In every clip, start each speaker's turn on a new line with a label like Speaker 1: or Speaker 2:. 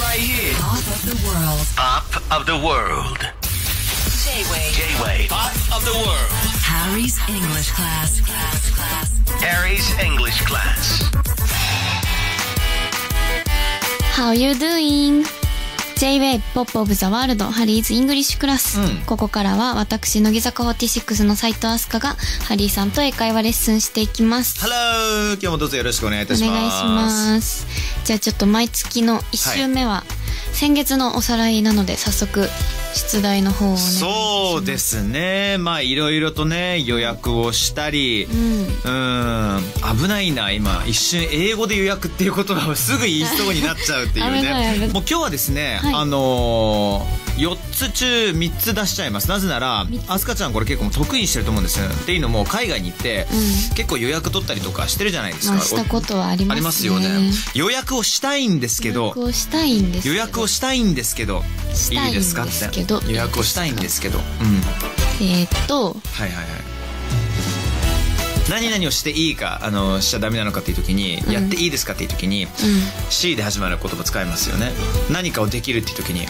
Speaker 1: right here.
Speaker 2: Top of the world.
Speaker 1: Pop of the world.
Speaker 2: J-Way.
Speaker 1: J-Way. Pop of the world.
Speaker 2: Harry's English class. class, class.
Speaker 1: Harry's English class.
Speaker 3: How you doing? J-Way Pop of the World ハリーズ English クラス、ここからは私乃木坂46の斉藤飛鳥がハリーさんと英会話レッスンしていきます。
Speaker 4: Hello! 今日もどうぞよろしくお願いいたし
Speaker 3: お
Speaker 4: ます。
Speaker 3: 願いします。じゃあちょっと毎月の1週目は先月のおさらいなので早速出題の方をお願いします。。
Speaker 4: そうですすね。まあ、いろいろとね、予約をしたり、
Speaker 3: うん。
Speaker 4: うん危ないな今一瞬英語で予約っていうことがすぐ言いそうになっちゃうっていう
Speaker 3: 危ない危な
Speaker 4: ね
Speaker 3: い
Speaker 4: もう今日はですね、
Speaker 3: はい
Speaker 4: あのー、4つ中3つ出しちゃいますなぜなら
Speaker 3: 三つ
Speaker 4: アスカちゃんこれ結構もう得意にしてると思うんですよっていうのも海外に行って、
Speaker 3: う
Speaker 4: 結構予約取ったりとかしてるじゃないです
Speaker 3: ま
Speaker 4: か
Speaker 3: あしたことはありますね。
Speaker 4: ありますよね予約をしたいんですけ
Speaker 3: 予
Speaker 4: ど
Speaker 3: 約をしたいんですけ
Speaker 4: 予
Speaker 3: ど。
Speaker 4: 約をしたいんですけど
Speaker 3: したいんですけど
Speaker 4: いいですかって予約をしたいんですけどうんは
Speaker 3: えーっと
Speaker 4: いはいはい何々をしていいかあのしちゃダメなのかっていう時に、
Speaker 3: ん
Speaker 4: やっていいですかっていう時に、
Speaker 3: う
Speaker 4: C で始まる言葉使いますよね何かをできるっていう時に
Speaker 3: ん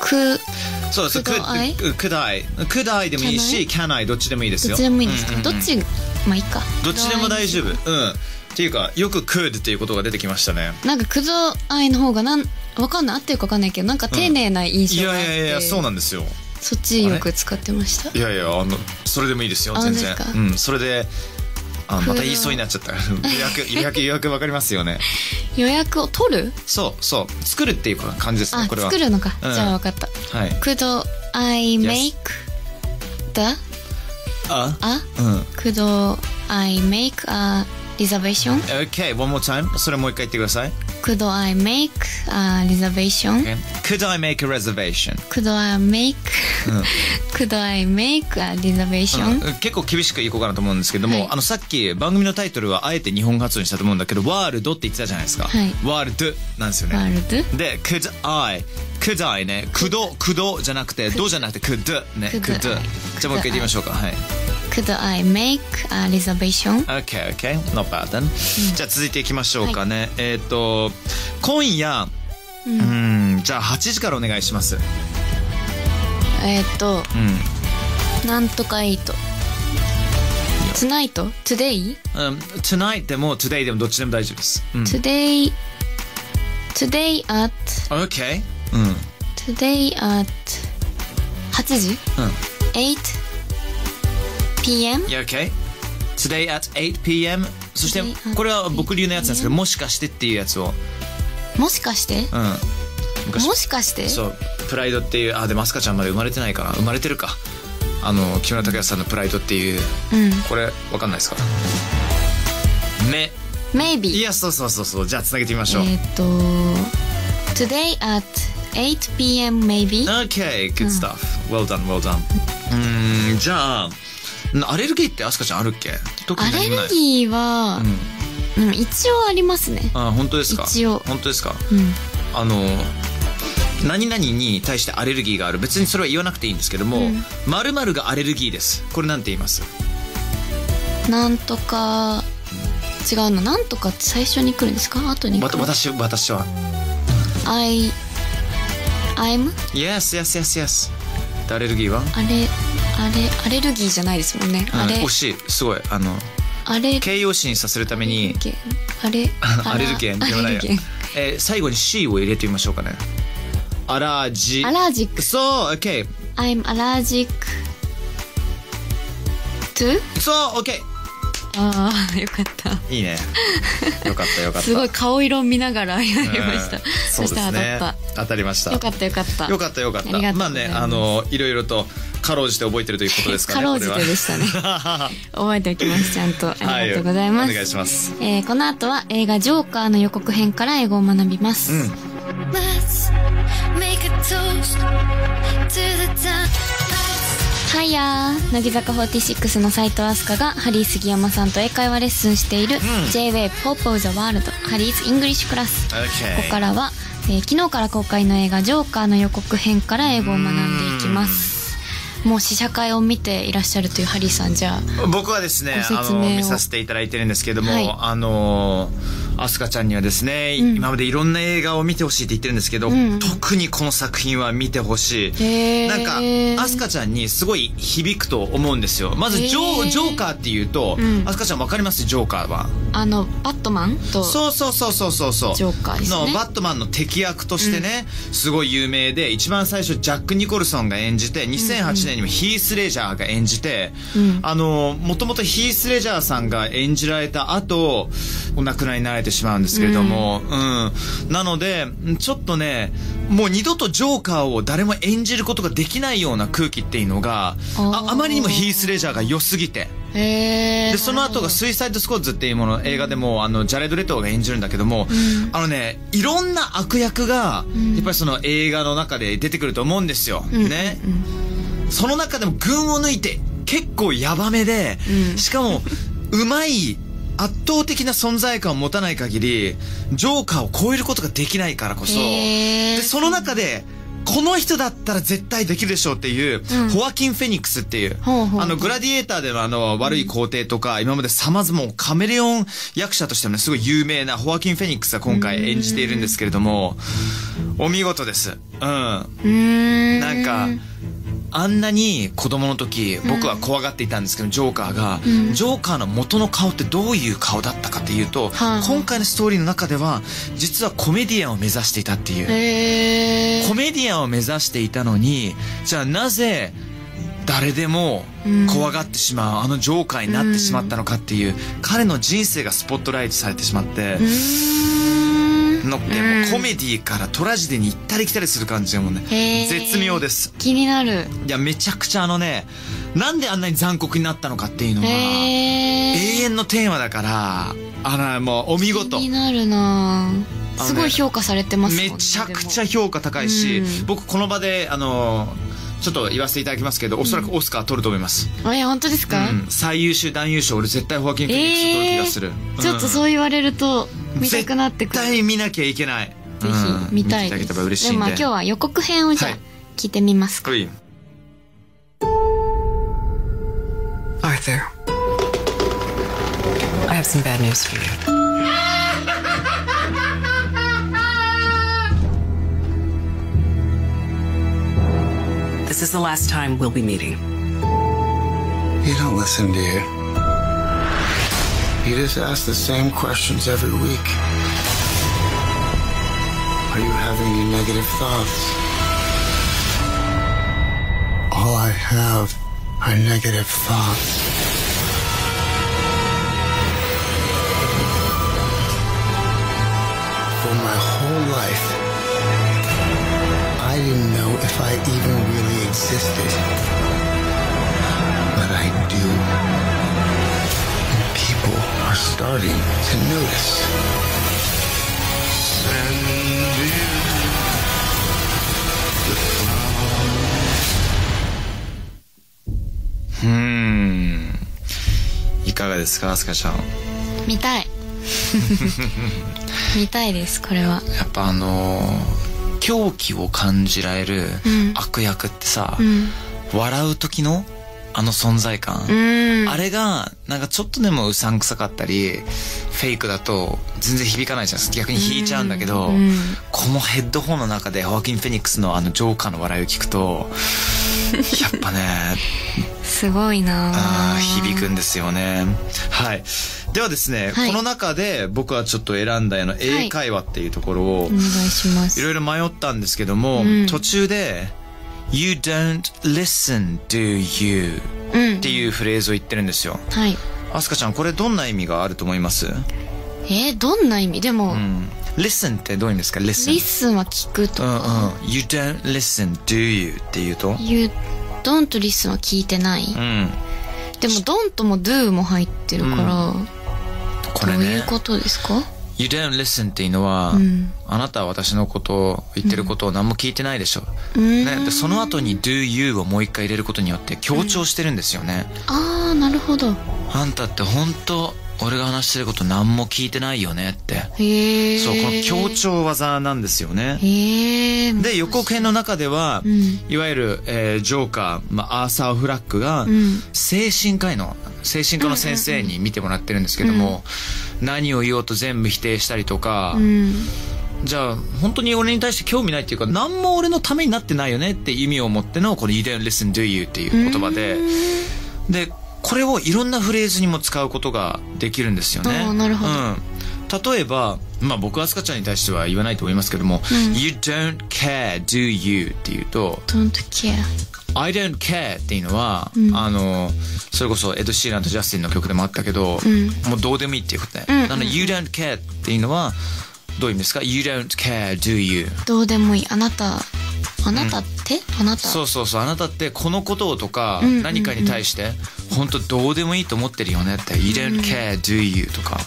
Speaker 3: く
Speaker 4: そうです
Speaker 3: Could I？
Speaker 4: could could I could I でもいいし can I どっちでもいいです
Speaker 3: どっ
Speaker 4: よ
Speaker 3: ちでもいいんですか、
Speaker 4: うんうん
Speaker 3: どっちまあいいか
Speaker 4: どっちでも大丈夫うんっていうかよく could っていうことが出てきましたね
Speaker 3: なんかくぞあいの方がなんわかんない合ってるかわかんないけどなんか丁寧な印
Speaker 4: い
Speaker 3: 象があっ
Speaker 4: や
Speaker 3: て、
Speaker 4: いやいやそうなんですよ
Speaker 3: そっちよく使ってました
Speaker 4: いやいやあのそれでもいいですよ
Speaker 3: あ
Speaker 4: 全然
Speaker 3: 本当です
Speaker 4: う
Speaker 3: か
Speaker 4: んそれであまた
Speaker 3: これは
Speaker 4: 言いそうになっちゃった予約予約予約わかりますよね
Speaker 3: 予約を取る
Speaker 4: そうそう作るっていう感じです
Speaker 3: あ
Speaker 4: ねこれは
Speaker 3: 作るのか、
Speaker 4: うん
Speaker 3: じゃあわかった
Speaker 4: はい
Speaker 3: くぞあい make the
Speaker 4: あ
Speaker 3: あ
Speaker 4: うん
Speaker 3: くぞあい make a reservation
Speaker 4: OK one more time それもう一回言ってください
Speaker 3: くぞあい make a reservation
Speaker 4: Okay. Could I make a reservation?
Speaker 3: くぞあい make くぞあい make a reservation、
Speaker 4: うん結構厳しくいこうかなと思うんですけども、
Speaker 3: はい
Speaker 4: あのさっき番組のタイトルはあえて日本発音にしたと思うんだけど「ワールド」って言ってたじゃないですか「
Speaker 3: はい
Speaker 4: ワールド」なんですよ
Speaker 3: ワ
Speaker 4: ね。
Speaker 3: ールド
Speaker 4: で「could I」「could I ね」「くど」「くど」じゃなくて「ど」じゃなくて「could」ね「
Speaker 3: could
Speaker 4: could」じゃあもう
Speaker 3: I
Speaker 4: 一回言ってみましょうかはい
Speaker 3: Could I make a reservation?
Speaker 4: OKOK、not bad then、じゃあ続いていきましょうかね、えっ、と今夜うーんじゃあ8時からお願いしますう
Speaker 3: えーっと、
Speaker 4: ん
Speaker 3: なんとかエイト。Tonight? Today?
Speaker 4: うん、tonight でも today でもどっちでも大丈夫です。うん、
Speaker 3: Today? Today at?
Speaker 4: OK。うん。
Speaker 3: Today at? 8時
Speaker 4: うん。
Speaker 3: ?8pm?
Speaker 4: Yeah, okay. Today at 8pm. そして
Speaker 3: Today at
Speaker 4: これは僕流のやつなんですけど、もしかしてっていうやつを。
Speaker 3: もしかして
Speaker 4: うん。昔
Speaker 3: もしかして
Speaker 4: そう、プライドっていう、あ、でもアスカちゃんまで生まれてないかな。生まれてるか。あの、木村拓哉さんのプライドっていう、
Speaker 3: うん。
Speaker 4: これわかんないですか目。い
Speaker 3: Maybe?
Speaker 4: や、そうそうそうそう。じゃあつなげてみまし
Speaker 3: え
Speaker 4: ょう。
Speaker 3: ーっと、Today at 8pm maybe?
Speaker 4: Okay, good stuff. Well done, well done. うーん、じゃあ、アレルギーってアスカちゃんあるっけ特
Speaker 3: ア
Speaker 4: に
Speaker 3: レ
Speaker 4: 何もない
Speaker 3: ルギーは、うん、一応ありますね。
Speaker 4: あ本当ですか
Speaker 3: 一応
Speaker 4: 本当ですか
Speaker 3: うん。
Speaker 4: あの何々に対してアレルギーがある別にそれは言わなくていいんですけども、〇〇がアレルギーですこれなんて言います
Speaker 3: なんとか違うのなんとかって最初に来るんですか後に来
Speaker 4: わ
Speaker 3: る
Speaker 4: た私私は
Speaker 3: I I'm
Speaker 4: Yes yes yes yes でアレルギーは、
Speaker 3: あれあれアレルギーじゃないですもんね、
Speaker 4: うん
Speaker 3: あれ
Speaker 4: 惜しいすごいあの
Speaker 3: あれ
Speaker 4: 形容詞にさせるために
Speaker 3: あれ
Speaker 4: アレルゲンでは
Speaker 3: ア
Speaker 4: な
Speaker 3: レ
Speaker 4: いや
Speaker 3: ルゲン、
Speaker 4: えー最後に C を入れてみましょうかねアラジ
Speaker 3: アラージック
Speaker 4: そう OK
Speaker 3: I'm allergic to
Speaker 4: そう OK
Speaker 3: ああよかった
Speaker 4: い いねよかったよかった
Speaker 3: すごい顔色見ながらやりました、
Speaker 4: うんそ
Speaker 3: そう
Speaker 4: で
Speaker 3: したら当た
Speaker 4: すね
Speaker 3: った
Speaker 4: 当たりました
Speaker 3: よかったよかった
Speaker 4: よかったよかっ
Speaker 3: あ
Speaker 4: た
Speaker 3: りがとうございます
Speaker 4: まあねあのいろいろとかろうじて覚えてるということですかね
Speaker 3: かろうじてでしたね覚えておきますちゃんとありがとうございます、
Speaker 4: お願いします
Speaker 3: えーこの後は映画「ジョーカー」の予告編から英語を学びます、
Speaker 4: うん
Speaker 5: Let's make a toast to the time.
Speaker 3: はいやー乃木坂46の斉藤飛鳥がハリー杉山さんと英会話レッスンしている、J-WAVE Pop of the World ハリーズ English クラス
Speaker 4: OK
Speaker 3: ここからは、えー昨日から公開の映画「ジョーカー」の予告編から英語を学んでいきますもう試写会を見ていらっしゃるというハリーさんじゃあ
Speaker 4: 僕はですね
Speaker 3: ご
Speaker 4: あ
Speaker 3: 説明を
Speaker 4: の見させていただいてるんですけども、
Speaker 3: はい
Speaker 4: あのアスカちゃんにはですね、
Speaker 3: うん
Speaker 4: 今までいろんな映画を見てほしいって言ってるんですけど、
Speaker 3: うん
Speaker 4: 特にこの作品は見てほしい。
Speaker 3: へー
Speaker 4: なんか、アスカちゃんにすごい響くと思うんですよ。まずジョ
Speaker 3: へ
Speaker 4: ー、
Speaker 3: ー
Speaker 4: ジョーカーっていうと、
Speaker 3: うん
Speaker 4: アスカちゃんわかりますジョーカーは。
Speaker 3: あのバットマンと
Speaker 4: そうそうそうそうそうそう。
Speaker 3: ジョーカーですね
Speaker 4: のバットマンの敵役としてね、すごい有名で、一番最初ジャック・ニコルソンが演じて、2008年にもヒース・レジャーが演じて、
Speaker 3: うん
Speaker 4: あの、もともとヒース・レジャーさんが演じられた後、お亡くなりになられてしまうんですけれども、うん。なので、ちょっとね、もう二度とジョーカーを誰も演じることができないような空気っていうのが、あ
Speaker 3: あー
Speaker 4: あまりにもヒース・レジャーが良すぎて。
Speaker 3: へえ
Speaker 4: でその後が「スイサイド・スコーズ」っていうもの映画でもあのジャレド・レトーが演じるんだけども、あのねいろんな悪役がやっぱりその映画の中で出てくると思うんですよ、
Speaker 3: ん
Speaker 4: ね、その中でも群を抜いて結構ヤバめで、
Speaker 3: うん
Speaker 4: しかもうまい圧倒的な存在感を持たない限りジョーカーを超えることができないからこそ、
Speaker 3: へー
Speaker 4: でその中でこの人だったら絶対できるでしょうっていう、
Speaker 3: うん
Speaker 4: ホアキン・フェニックスっていう、
Speaker 3: ほうほう
Speaker 4: あの、グラディエーターでのあの、悪い皇帝とか、今まで様々もうカメレオン役者としてもね、すごい有名なホアキン・フェニックスが今回演じているんですけれども、お見事です。うん。な
Speaker 3: うーん
Speaker 4: んか、あんなに子供の時、僕は怖がっていたんですけど、ジョーカーが、ジョーカーの元の顔ってどういう顔だったかっていうと、
Speaker 3: はい
Speaker 4: 今回のストーリーの中では、実はコメディアンを目指していたっていう。
Speaker 3: へえ
Speaker 4: コメディアンを目指していたのに、じゃあなぜ誰でも怖がってしまう、あのジョーカーになってしまったのかっていう、彼の人生がスポットライトされてしまって、のっけ、もうコメディからトラジディに行ったり来たりする感じがもう
Speaker 3: へー
Speaker 4: ね、絶妙です。
Speaker 3: 気になる
Speaker 4: いや、めちゃくちゃあのね、なんであんなに残酷になったのかっていうの
Speaker 3: へ
Speaker 4: が、
Speaker 3: え
Speaker 4: 永遠のテーマだから、あの、もうお見事。
Speaker 3: 気になるな
Speaker 4: あのね
Speaker 3: すごい評価されてますもん
Speaker 4: め
Speaker 3: ね
Speaker 4: ちゃくちゃ
Speaker 3: で
Speaker 4: 評価高いし、
Speaker 3: うん
Speaker 4: 僕この場であのちょっと言わせていただきますけどおそらくオスカー取ると思います、
Speaker 3: もあれ本当ですか、
Speaker 4: うん最優秀男優賞俺絶対ホアキン・フェニックス取る気がする、うん
Speaker 3: ちょっとそう言われると見たくなってくる
Speaker 4: 絶対見なきゃいけない
Speaker 3: ぜひ見たい
Speaker 4: うん
Speaker 3: です。
Speaker 4: 見ていただければ嬉しいんで
Speaker 3: もまあ今日は予告編をじゃあ
Speaker 4: はい
Speaker 3: 聞いてみますか。
Speaker 4: はい
Speaker 6: Arthur, I have some bad news for you. This is the last time we'll be meeting.
Speaker 7: You don't listen, do you? You just ask the same questions every week. Are you having any negative thoughts? All I have are negative thoughts. For my whole life, I didn't know if I even really existed but I do. And people are starting to notice.
Speaker 4: うーんいかがですかアスカちゃん
Speaker 3: 見たい。 見たいです、これは。
Speaker 4: やっぱあのー狂気を感じられる悪役ってさ、笑う時のあの存在感、あれがなんかちょっとでもうさんくさかったりフェイクだと全然響かないじゃないですか逆に引いちゃうんだけど、このヘッドホンの中でホアキン・フェニックスのあのジョーカーの笑いを聞くとやっぱ ね
Speaker 3: すごいな
Speaker 4: あー響くんですよね。はい。ではですね、
Speaker 3: はい
Speaker 4: この中で僕はちょっと選んだあの英会話っていうところを、
Speaker 3: お願いします。
Speaker 4: いろいろ迷ったんですけども、
Speaker 3: ん
Speaker 4: 途中で、You don't listen, do you?
Speaker 3: うん
Speaker 4: っていうフレーズを言ってるんですよ。
Speaker 3: はい。
Speaker 4: アスカちゃん、これどんな意味があると思います
Speaker 3: えー、どんな意味でも、
Speaker 4: うん。listen ってどういう意味ですか ?listen。
Speaker 3: リッスンは聞く
Speaker 4: う
Speaker 3: と。
Speaker 4: んうん。You don't listen, do you? って言うと
Speaker 3: You don't とリッスンは聞いてない。
Speaker 4: うん。
Speaker 3: でも don't とも do も入ってるから、
Speaker 4: こ
Speaker 3: ど
Speaker 4: れ
Speaker 3: うい
Speaker 4: ね
Speaker 3: う。ことですか
Speaker 4: You don't listen っていうのは、
Speaker 3: ん
Speaker 4: あなたは私のことを言ってることを何も聞いてないでしょ。ね、でその後に do you をもう一回入れることによって強調してるんですよね。
Speaker 3: あー、なるほど。
Speaker 4: あんたって本当俺が話してること何も聞いてないよねって。
Speaker 3: へえ。
Speaker 4: そう、この協調技なんですよね。
Speaker 3: へえ。
Speaker 4: で、予告編の中では、いわゆる、えージョーカー、まあ、アーサー・フラッグが、精神科医の、精神科の先生に見てもらってるんですけども、何を言おうと全部否定したりとか、じゃあ、本当に俺に対して興味ないっていうか、何も俺のためになってないよねって意味を持っての、この You don't listen do you っていう言葉で、で、これをいろんなフレーズにも使うことができるんですよ
Speaker 3: あ
Speaker 4: ね。
Speaker 3: ーなるほど
Speaker 4: うん。例えば、まあ僕はスカちゃんに対しては言わないと思いますけども、You don't care, do you? って言うと、
Speaker 3: Don't care.
Speaker 4: I don't care っていうのは、あの、それこそエド・シーランとジャスティンの曲でもあったけど、もうどうでもいいっていうことで。なので、You don't care っていうのは、どういう意味ですか ?You don't care, do you?
Speaker 3: どうでもいい。あなた、あなたって、あなた。
Speaker 4: そうそうそうあなたってこのことをとか何かに対して本当どうでもいいと思ってるよねって「You don't care do you」とか、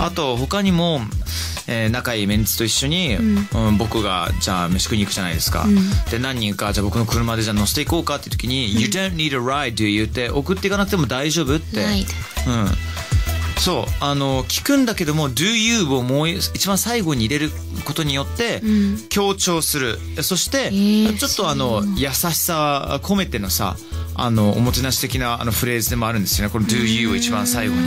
Speaker 4: あと他にも、えー仲いいメンツと一緒に、うん僕がじゃあ飯食いに行くじゃないですか、で何人かじゃあ僕の車でじゃあ乗せていこうかって時に「You don't need a ride do you」って送っていかなくても大丈夫って、
Speaker 3: Ride
Speaker 4: うんそうあの聞くんだけども「do you」をもう一番最後に入れることによって、強調するそして、
Speaker 3: ー
Speaker 4: ちょっとあの優しさ込めてのさあのおもてなし的なあのフレーズでもあるんですよねこの「do you」を一番最後に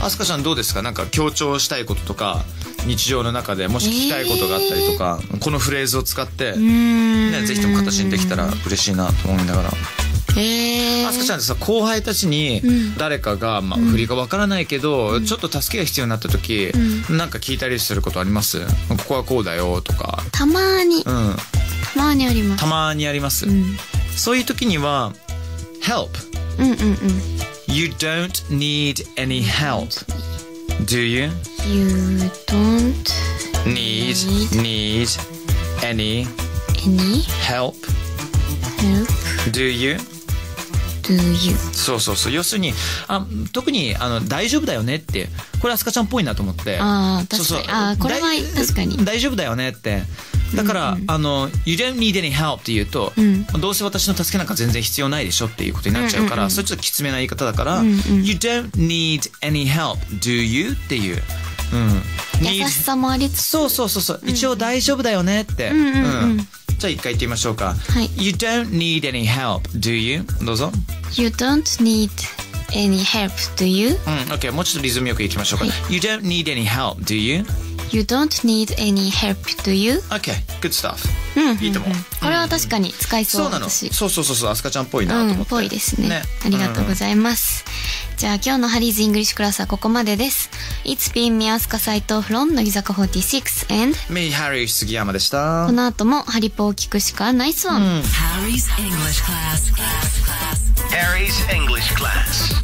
Speaker 4: あすかちゃんどうですかなんか強調したいこととか日常の中でもし聞きたいことがあったりとか、このフレーズを使って、ね、ぜひとも形にできたら嬉しいなと思いながら。
Speaker 3: へえ。
Speaker 4: あすかちゃんってさ後輩たちに誰かが、まあ、振りがわからないけど、ちょっと助けが必要になった時、なんか聞いたりすることありますここはこうだよとか、
Speaker 3: たまーに、
Speaker 4: う
Speaker 3: た
Speaker 4: ん、
Speaker 3: まーにあります
Speaker 4: た。まにあります、そういう時には「help」
Speaker 3: うんうんうん。
Speaker 4: You don't need any help Do you
Speaker 3: You don't
Speaker 4: need need any
Speaker 3: any
Speaker 4: help
Speaker 3: help
Speaker 4: Do you
Speaker 3: do you.
Speaker 4: そうそうそう要するにあ特にあの大丈夫だよねってこれアスカちゃんっぽいなと思って
Speaker 3: あー
Speaker 4: そうそう
Speaker 3: 確かにあーこれは
Speaker 4: だい
Speaker 3: 確かに
Speaker 4: 大丈夫だよねってだから、あの「You don't need any help」って言うと、どうせ私の助けなんか全然必要ないでしょっていうことになっちゃうから、それちょっときつめな言い方だから「You don't need any help do you?」っていう、うん、
Speaker 3: 優
Speaker 4: need-
Speaker 3: しさもありつつ。
Speaker 4: そうそうそうそう、一応大丈夫だよねって、うんじゃあ一回言ってみましょうか、
Speaker 3: はい
Speaker 4: You don't need any help do you? どうぞ
Speaker 3: You don't need any help do you?
Speaker 4: うん、OK もうちょっとリズムよくいきましょうか、You don't need any help do you?
Speaker 3: You don't need any help do you?
Speaker 4: OK good stuff、いいと思う
Speaker 3: これは確かに使いそう、
Speaker 4: そうなの
Speaker 3: 私。
Speaker 4: そうそうそうそうアスカちゃんっぽいなと
Speaker 3: う
Speaker 4: 思っ
Speaker 3: ん、
Speaker 4: て、
Speaker 3: ぽいですねありがとうございます。じゃあ今日のハリーズ・イングリッシュクラスはここまでです。It's been 宮塚斎藤 from 乃木坂46 and
Speaker 4: うんメイハリー杉山でした
Speaker 3: この後もハリポを聞くしかないっすわ。
Speaker 2: Harry's English class. class, class.
Speaker 1: Harry's English class.